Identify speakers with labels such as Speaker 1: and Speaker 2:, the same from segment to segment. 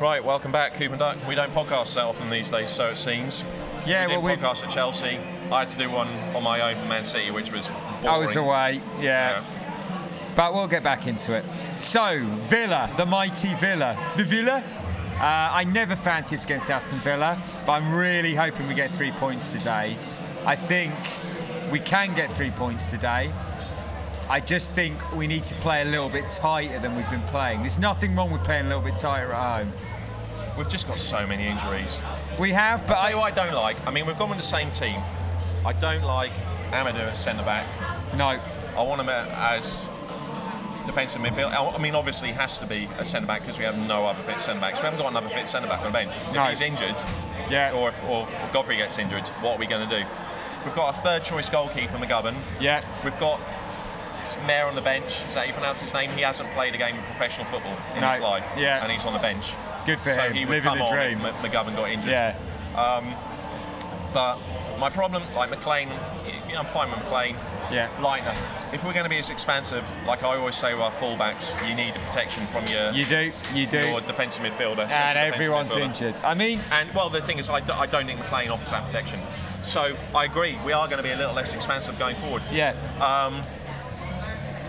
Speaker 1: Right, welcome back, Coop and Duck. We don't podcast so often these days, so it seems.
Speaker 2: Yeah,
Speaker 1: we did
Speaker 2: well, we-
Speaker 1: podcast at Chelsea. I had to do one on my own for Man City, which was boring.
Speaker 2: I was away, yeah.
Speaker 1: Yeah.
Speaker 2: But we'll get back into it. So, Villa, the mighty Villa. The Villa? Uh, I never fancied us against Aston Villa, but I'm really hoping we get three points today. I think we can get three points today. I just think we need to play a little bit tighter than we've been playing. There's nothing wrong with playing a little bit tighter at home.
Speaker 1: We've just got so many injuries.
Speaker 2: We have, but
Speaker 1: Tell you
Speaker 2: I,
Speaker 1: what I don't like. I mean, we've gone with the same team. I don't like Amadou at centre back.
Speaker 2: no,
Speaker 1: I want him as defensive midfield. I mean, obviously, he has to be a centre back because we have no other fit centre backs. We haven't got another fit centre back on the bench. If
Speaker 2: No.
Speaker 1: he's injured,
Speaker 2: Yeah.
Speaker 1: or if, or if Godfrey gets injured, what are we going to do? We've got our third choice goalkeeper, McGovern.
Speaker 2: yeah,
Speaker 1: We've got Mayor on the bench. Is that how you pronounce his name? He hasn't played a game of professional football in
Speaker 2: No.
Speaker 1: his life,
Speaker 2: Yeah.
Speaker 1: and he's on the bench.
Speaker 2: Good for
Speaker 1: so
Speaker 2: him.
Speaker 1: he would
Speaker 2: Living
Speaker 1: come
Speaker 2: the
Speaker 1: on
Speaker 2: dream.
Speaker 1: if M- McGovern got injured.
Speaker 2: yeah,
Speaker 1: But my problem, like McLean, you know, I'm fine with McLean.
Speaker 2: Yeah.
Speaker 1: Lightner. If we're going to be as expansive, like I always say with our fullbacks, you need the protection from your
Speaker 2: you do, you do.
Speaker 1: your defensive midfielder. central
Speaker 2: and
Speaker 1: defensive
Speaker 2: everyone's
Speaker 1: midfielder.
Speaker 2: injured. I mean,
Speaker 1: And well, the thing is, I, d- I don't think McLean offers that protection. So I agree, we are going to be a little less expansive going forward.
Speaker 2: yeah. Um,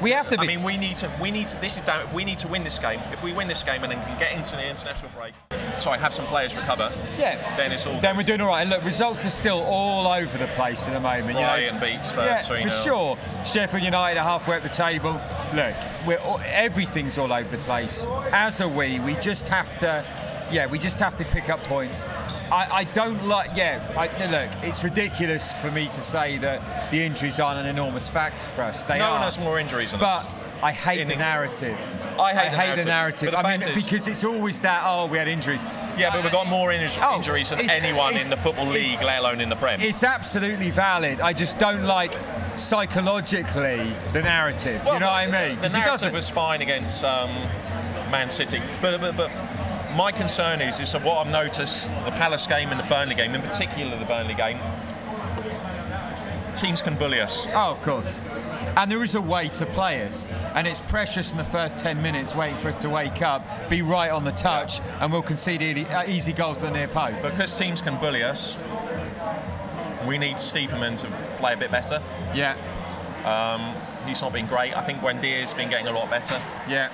Speaker 2: we have to be.
Speaker 1: I mean, we need to. We need to. This is down. We need to win this game. If we win this game and then can get into the international break, sorry, have some players recover.
Speaker 2: Yeah.
Speaker 1: Then it's all.
Speaker 2: then we're doing all right. And look, results are still all over the place at the moment. you know.
Speaker 1: Brighton beat Spurs
Speaker 2: yeah,
Speaker 1: 3-0.
Speaker 2: for sure. Sheffield United are halfway up the table. Look, we're all, everything's all over the place. As are we. We just have to, yeah, we just have to pick up points. I, I don't like, yeah, I, look, it's ridiculous for me to say that the injuries aren't an enormous factor for us. They
Speaker 1: No
Speaker 2: are.
Speaker 1: one has more injuries than us.
Speaker 2: But I hate
Speaker 1: In
Speaker 2: the
Speaker 1: England.
Speaker 2: narrative.
Speaker 1: I hate the
Speaker 2: the
Speaker 1: narrative.
Speaker 2: narrative.
Speaker 1: But the
Speaker 2: I mean,
Speaker 1: fact is-
Speaker 2: because it's always that. Oh, we had injuries.
Speaker 1: Yeah, but we've got more inj-
Speaker 2: Oh,
Speaker 1: injuries than
Speaker 2: it's-
Speaker 1: anyone
Speaker 2: it's-
Speaker 1: in the football
Speaker 2: it's-
Speaker 1: league, let alone in the Prem.
Speaker 2: It's absolutely valid. I just don't like psychologically the narrative. you know what
Speaker 1: the-
Speaker 2: I mean?
Speaker 1: The,
Speaker 2: Because it
Speaker 1: narrative
Speaker 2: doesn't.
Speaker 1: was fine against um, Man City, but, but, but my concern is is that what I've noticed the Palace game and the Burnley game, in particular the Burnley game, teams can bully us.
Speaker 2: Oh, of course. And there is a way to play us, and it's precious in the first 10 minutes waiting for us to wake up, be right on the touch, and we'll concede easy, uh, easy goals at the near post.
Speaker 1: Because teams can bully us, we need Steeperman to play a bit better.
Speaker 2: yeah,
Speaker 1: He's not been great. I think Wendy's been getting a lot better.
Speaker 2: yeah.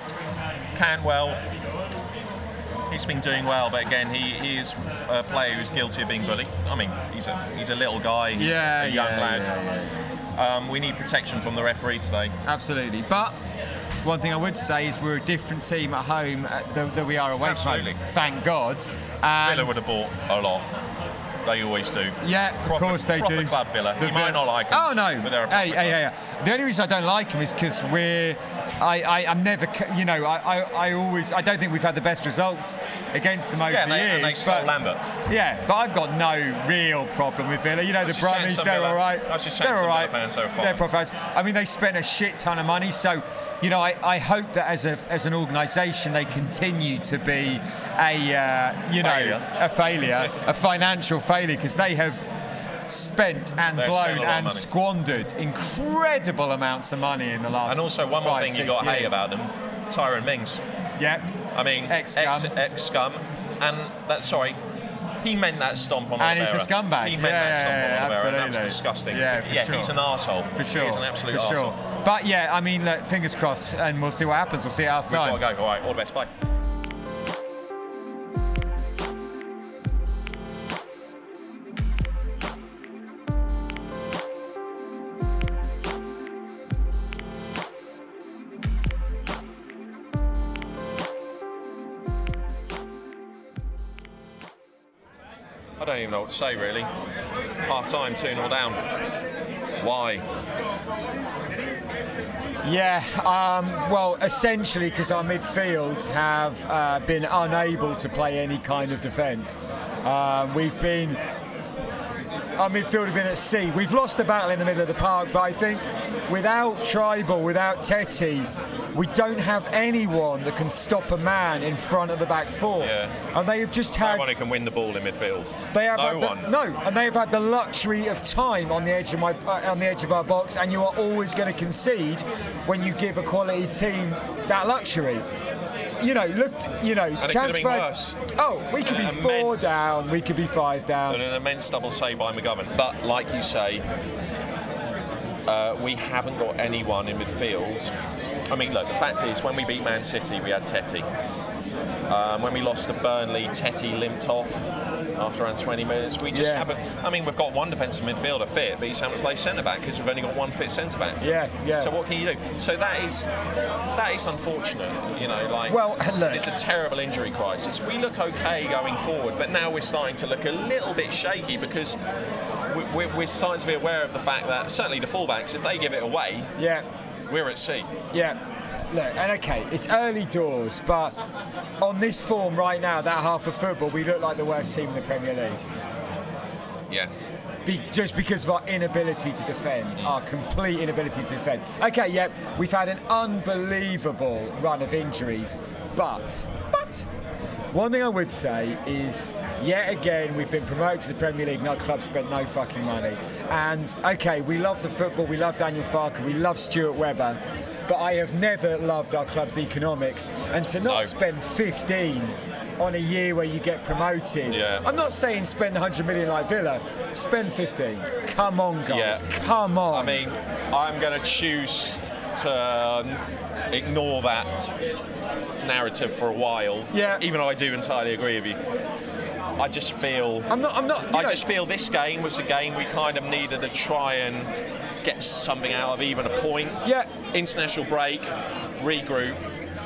Speaker 1: Canwell, he's been doing well, but again, he, he is a player who's guilty of being bullied. I mean, he's a he's a little guy, he's
Speaker 2: Yeah,
Speaker 1: a young
Speaker 2: yeah,
Speaker 1: lad.
Speaker 2: yeah,
Speaker 1: Um, we need protection from the referee today.
Speaker 2: Absolutely. But one thing I would say is we're a different team at home uh, than, than we are away
Speaker 1: Absolutely.
Speaker 2: from home. Thank God. And
Speaker 1: Villa would have bought a lot. They always do.
Speaker 2: Yeah, of
Speaker 1: Proper-
Speaker 2: course they
Speaker 1: proper
Speaker 2: do.
Speaker 1: club Villa.
Speaker 2: The
Speaker 1: You might not like 'em,
Speaker 2: Oh no.
Speaker 1: but they're a proper
Speaker 2: hey, hey, hey, hey. The only reason I don't like them is because we're. I, I, I'm never. c- You know, I, I, I always. I don't think we've had the best results against them over
Speaker 1: Yeah, and
Speaker 2: the
Speaker 1: they,
Speaker 2: years.
Speaker 1: and they stole
Speaker 2: but,
Speaker 1: Lambert.
Speaker 2: Yeah, but I've got no real problem with Villa. You know,
Speaker 1: That's
Speaker 2: the
Speaker 1: just
Speaker 2: Brummies,
Speaker 1: saying some
Speaker 2: they're
Speaker 1: Villa-
Speaker 2: all right.
Speaker 1: that's just saying
Speaker 2: they're
Speaker 1: some
Speaker 2: all
Speaker 1: Villa
Speaker 2: right.
Speaker 1: fans are fine.
Speaker 2: They're pro fans. I mean, they spent a shit ton of money, so. You know, I, I hope that as a, as an organisation they continue to be a uh, you know
Speaker 1: Failure.
Speaker 2: a failure, a financial failure, because they have spent and
Speaker 1: They've spent
Speaker 2: blown
Speaker 1: a lot of
Speaker 2: and
Speaker 1: money.
Speaker 2: squandered incredible amounts of money in the last.
Speaker 1: And also, one more
Speaker 2: five,
Speaker 1: thing you
Speaker 2: six
Speaker 1: got to hate
Speaker 2: years.
Speaker 1: about them Tyrone Mings.
Speaker 2: Yep.
Speaker 1: I mean,
Speaker 2: Ex-scum.
Speaker 1: Ex, ex-scum. And that, sorry, he meant that stomp on
Speaker 2: And
Speaker 1: Oliveira.
Speaker 2: he's a scumbag.
Speaker 1: He meant
Speaker 2: Yeah,
Speaker 1: that
Speaker 2: yeah,
Speaker 1: stomp
Speaker 2: yeah,
Speaker 1: on Oliveira. and That
Speaker 2: absolutely.
Speaker 1: was disgusting.
Speaker 2: Yeah, for sure.
Speaker 1: he's an arsehole.
Speaker 2: For sure.
Speaker 1: He's an absolute
Speaker 2: For
Speaker 1: arsehole.
Speaker 2: sure. But yeah, I mean, look, fingers crossed, and we'll see what happens. We'll see it after
Speaker 1: We've
Speaker 2: time.
Speaker 1: got to go. All right, all the best. Bye. I don't even know what to say really. Half time, 2 0 down. Why?
Speaker 2: Yeah, um, well, essentially because our midfield have uh, been unable to play any kind of defence. Um, we've been. Our midfield have been at sea. We've lost the battle in the middle of the park, but I think without Tribal, without Tetty, we don't have anyone that can stop a man in front of the back four.
Speaker 1: Yeah.
Speaker 2: And they have just
Speaker 1: No
Speaker 2: had
Speaker 1: one who can win the ball in midfield.
Speaker 2: They have
Speaker 1: no
Speaker 2: had the-
Speaker 1: one.
Speaker 2: no, and they have had the luxury of time on the edge of my uh, on the edge of our box, and you are always going to concede when you give a quality team that luxury. You know, look, you know,
Speaker 1: it could have been worse.
Speaker 2: Oh, we could be
Speaker 1: Uh,
Speaker 2: four
Speaker 1: immense.
Speaker 2: down, we could be five
Speaker 1: And
Speaker 2: down.
Speaker 1: an immense double save by McGovern. But like you say, uh, we haven't got anyone in midfield. I mean, look, the fact is, when we beat Man City, we had Tetty. Um, when we lost to Burnley, Tetty limped off after around 20 minutes. We just
Speaker 2: Yeah.
Speaker 1: haven't. I mean, we've got one defensive midfielder fit, but he's having to play centre back because we've only got one fit centre back.
Speaker 2: Yeah, yeah.
Speaker 1: So what can you do? So that is that is unfortunate, you know. Like,
Speaker 2: Well, look.
Speaker 1: it's a terrible injury crisis. We look okay going forward, but now we're starting to look a little bit shaky because we- we- we're starting to be aware of the fact that certainly the fullbacks, if they give it away,
Speaker 2: Yeah.
Speaker 1: we're at sea.
Speaker 2: Yeah. Look, and okay, it's early doors, but on this form right now, that half of football, we look like the worst team in the Premier League.
Speaker 1: Yeah.
Speaker 2: Be, just because of our inability to defend, our complete inability to defend. Okay, yep, we've had an unbelievable run of injuries, but, but, one thing I would say is, yet again, we've been promoted to the Premier League and our club spent no fucking money. And okay, we love the football, we love Daniel Farker, we love Stuart Webber, but I have never loved our club's economics. And to not
Speaker 1: No.
Speaker 2: spend 15 on a year where you get promoted,
Speaker 1: Yeah.
Speaker 2: I'm not saying spend 100 million like Villa, spend 15. Come on, guys,
Speaker 1: Yeah.
Speaker 2: come
Speaker 1: I
Speaker 2: on.
Speaker 1: mean, I'm going to choose to ignore that narrative for a while.
Speaker 2: Yeah.
Speaker 1: Even though I do entirely agree with you. I just feel.
Speaker 2: I'm not, I'm not, you
Speaker 1: I
Speaker 2: know-
Speaker 1: just feel this game was a game we kind of needed to try and get something out of, even a point.
Speaker 2: Yeah.
Speaker 1: International break, regroup,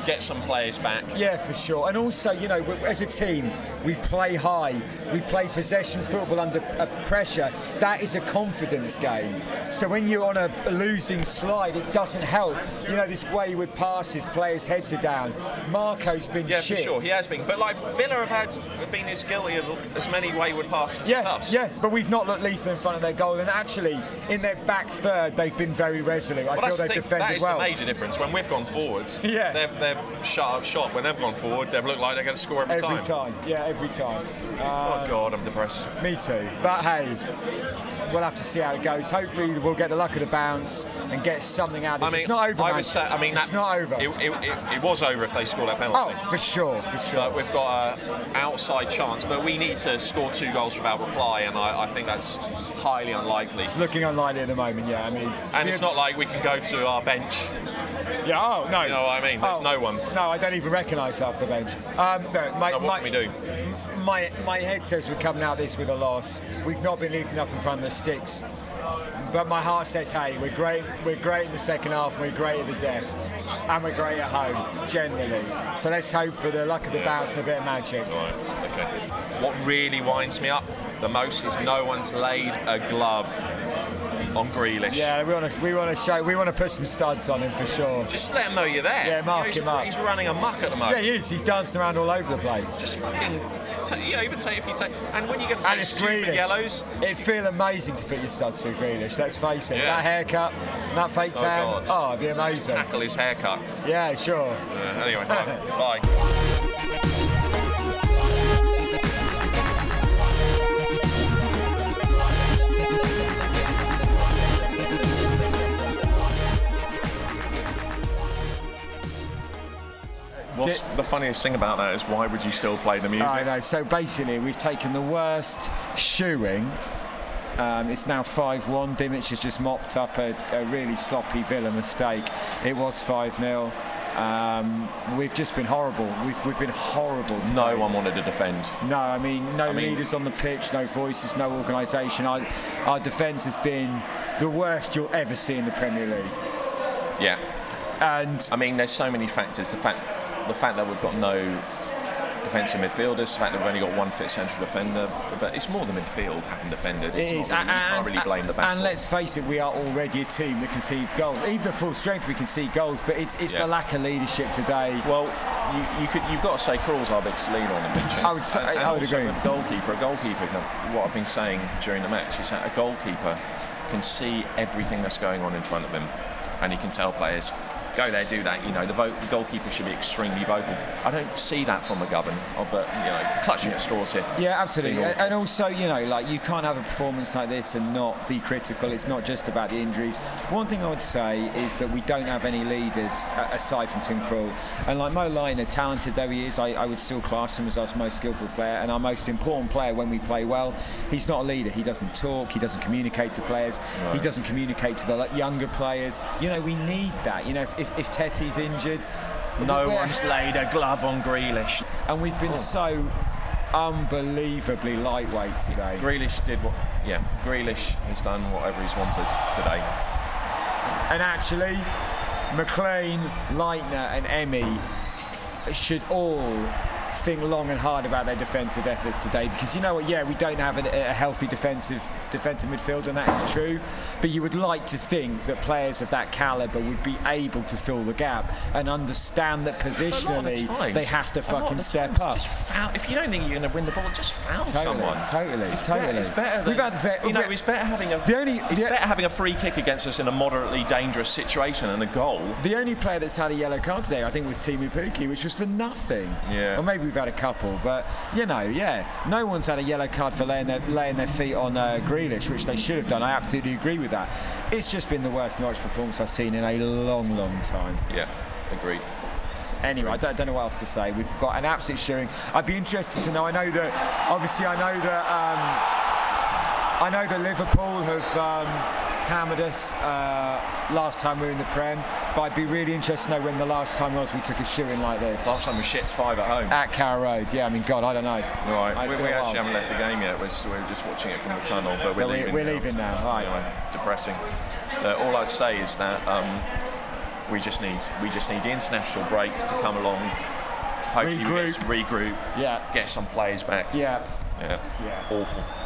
Speaker 1: get some players back.
Speaker 2: Yeah, for sure. And also, you know, we- as a team, we play high. We play possession football under uh, pressure. That is a confidence game. So when you're on a losing slide, it doesn't help. You know, this wayward passes, players' heads are down. Marco's been
Speaker 1: Yeah,
Speaker 2: shit.
Speaker 1: for sure, he has been. But like Villa have had have been as guilty of as many wayward passes as
Speaker 2: Yeah,
Speaker 1: us.
Speaker 2: yeah, but we've not looked lethal in front of their goal, and actually, in their back third, they've been very resolute.
Speaker 1: Well,
Speaker 2: I feel
Speaker 1: that's the
Speaker 2: they've
Speaker 1: thing.
Speaker 2: defended
Speaker 1: That is
Speaker 2: well.
Speaker 1: the major difference. When we've gone forwards,
Speaker 2: Yeah.
Speaker 1: they've, they've shut up shop. When they've gone forward, they've looked like they're going to score every,
Speaker 2: Every time, yeah, every time.
Speaker 1: Oh God, I'm depressed.
Speaker 2: Me too. But hey, we'll have to see how it goes. Hopefully, we'll get the luck of the bounce and get something out of this.
Speaker 1: I mean,
Speaker 2: it's not over,
Speaker 1: I
Speaker 2: man.
Speaker 1: was sa- I mean,
Speaker 2: it's
Speaker 1: that-
Speaker 2: not over.
Speaker 1: It, it, it, it was over if they scored that penalty.
Speaker 2: oh, for sure, for sure.
Speaker 1: But we've got an outside chance, but we need to score two goals without reply, and I, I think that's highly unlikely.
Speaker 2: It's looking unlikely at the moment. Yeah, I mean,
Speaker 1: And
Speaker 2: the-
Speaker 1: it's not like we can go to our bench.
Speaker 2: yeah. Oh no.
Speaker 1: You know what I mean? There's
Speaker 2: Oh,
Speaker 1: no one.
Speaker 2: No, I don't even recognise half the bench. Um, no, my,
Speaker 1: No,
Speaker 2: my,
Speaker 1: what can we do?
Speaker 2: My my head says we're coming out this with a loss. We've not been lethal enough in front of the sticks. But my heart says, hey, we're great. We're great in the second half. and We're great at the death, and we're great at home generally. So let's hope for the luck of the bounce and a bit of magic.
Speaker 1: Right, okay. What really winds me up the most is no one's laid a glove on Grealish.
Speaker 2: Yeah, we want to we want to show we want to put some studs on him for sure.
Speaker 1: Just let him know you're there.
Speaker 2: Yeah,
Speaker 1: You
Speaker 2: mark
Speaker 1: know, he's-
Speaker 2: him up.
Speaker 1: He's running amok at the
Speaker 2: Yeah,
Speaker 1: moment.
Speaker 2: he is. He's dancing around all over the place.
Speaker 1: Just fucking, t- you know, even take if you take, and when you get
Speaker 2: And
Speaker 1: to
Speaker 2: it's
Speaker 1: stupid
Speaker 2: Grealish.
Speaker 1: yellows,
Speaker 2: It'd feel amazing to put your studs through Grealish. Let's face it.
Speaker 1: Yeah.
Speaker 2: That haircut, that fake
Speaker 1: Oh,
Speaker 2: tan.
Speaker 1: God.
Speaker 2: Oh, it'd be
Speaker 1: just
Speaker 2: amazing.
Speaker 1: tackle his haircut.
Speaker 2: Yeah, sure.
Speaker 1: Uh, anyway, right, bye. What's the funniest thing about that is why would you still play the music?
Speaker 2: I know. So basically, we've taken the worst shoeing. Um, it's now 5 1. Dimich has just mopped up a, a really sloppy Villa mistake. It was 5 0. Um, we've just been horrible. We've, we've been horrible. Today.
Speaker 1: no one wanted to defend.
Speaker 2: No, I mean, no
Speaker 1: mean-
Speaker 2: leaders on the pitch, no voices, no organisation. Our, our defence has been the worst you'll ever see in the Premier League.
Speaker 1: Yeah.
Speaker 2: And
Speaker 1: I mean, there's so many factors. The fact, the fact that we've got no defensive midfielders, the fact that we've only got one fit central defender, but it's more the midfield having defended. It's
Speaker 2: It is.
Speaker 1: Not really, you can't
Speaker 2: and,
Speaker 1: really blame the back.
Speaker 2: and
Speaker 1: four.
Speaker 2: let's face it, we are already a team that concedes goals. Even at full strength, we concede goals, but it's, it's
Speaker 1: Yeah.
Speaker 2: the lack of leadership today.
Speaker 1: well, you, you could, you've got to say Crawl's our biggest lean on him, isn't
Speaker 2: I would say-
Speaker 1: and, and
Speaker 2: I would
Speaker 1: also
Speaker 2: agree.
Speaker 1: with goalkeeper, a goalkeeper. can- What I've been saying during the match is that a goalkeeper can see everything that's going on in front of him, and he can tell players, go there, do that. You know, the, vote, the goalkeeper should be extremely vocal. I don't see that from McGovern, oh, but you know, clutching at straws here.
Speaker 2: Yeah, absolutely.
Speaker 1: Being
Speaker 2: A-
Speaker 1: awful.
Speaker 2: And also, you know, like you can't have a performance like this and not be critical. It's not just about the injuries. One thing I would say is that we don't have any leaders a- aside from Tim Krul. And like Mo Liner, talented though he is, I, I would still class him as our most skillful player and our most important player when we play well. He's not a leader. He doesn't talk. He doesn't communicate to players. He doesn't communicate to the like, younger players. You know, we need that. You know, if, if, if Teti's injured,
Speaker 1: No
Speaker 2: we're-
Speaker 1: one's laid a glove on Grealish.
Speaker 2: and we've
Speaker 1: Oh.
Speaker 2: been so unbelievably lightweight today.
Speaker 1: Grealish did what? Yeah, Grealish has done whatever he's wanted today.
Speaker 2: And actually, McLean, Leitner, and Emmy should all think long and hard about their defensive efforts today because you know what yeah we don't have an, a healthy defensive defensive midfield and that is true but you would like to think that players of that caliber would be able to fill the gap and understand that
Speaker 1: A lot of the
Speaker 2: positionally
Speaker 1: times-
Speaker 2: they have
Speaker 1: a
Speaker 2: to
Speaker 1: lot of
Speaker 2: fucking
Speaker 1: the
Speaker 2: step
Speaker 1: times,
Speaker 2: up
Speaker 1: Just foul. If you don't think you're going to win the ball, just foul
Speaker 2: Totally,
Speaker 1: someone.
Speaker 2: totally,
Speaker 1: it's
Speaker 2: totally.
Speaker 1: Better, it's better. Than,
Speaker 2: We've had ve-
Speaker 1: you know,
Speaker 2: we've-
Speaker 1: it's better having a.
Speaker 2: The only-
Speaker 1: it's
Speaker 2: the-
Speaker 1: better having a free kick against us in a moderately dangerous situation and a goal.
Speaker 2: The only player that's had a yellow card today, I think, was Timu Puki, which was for nothing.
Speaker 1: Yeah.
Speaker 2: Or maybe we've had a couple, but you know, yeah, no one's had a yellow card for laying their laying their feet on uh, Grealish, which they should have done. I absolutely agree with that. It's just been the worst Norwich performance I've seen in a long, long time.
Speaker 1: Yeah, agreed.
Speaker 2: Anyway, I don't, don't know what else to say. We've got an absolute shoeing. I'd be interested to know. I know that, obviously, I know that, um, I know that Liverpool have um, hammered us uh, last time we were in the Prem, but I'd be really interested to know when the last time was we took a shoeing like this.
Speaker 1: Last time we shits five at home.
Speaker 2: At Carrow Road, yeah. I mean, God, I don't know.
Speaker 1: All right,
Speaker 2: It's
Speaker 1: we,
Speaker 2: been
Speaker 1: we
Speaker 2: a
Speaker 1: actually
Speaker 2: while.
Speaker 1: haven't left the game yet. We're, s- we're just watching it from the tunnel, but we're
Speaker 2: But we-
Speaker 1: leaving.
Speaker 2: we're
Speaker 1: now.
Speaker 2: leaving now, all right.
Speaker 1: Anyway, depressing. Uh, all I'd say is that um, we just need we just need the international break to come along. Hopefully, we get
Speaker 2: Regroup.
Speaker 1: some regroup.
Speaker 2: Yeah.
Speaker 1: Get some players back.
Speaker 2: Yeah.
Speaker 1: Yeah.
Speaker 2: Yeah.
Speaker 1: Awful.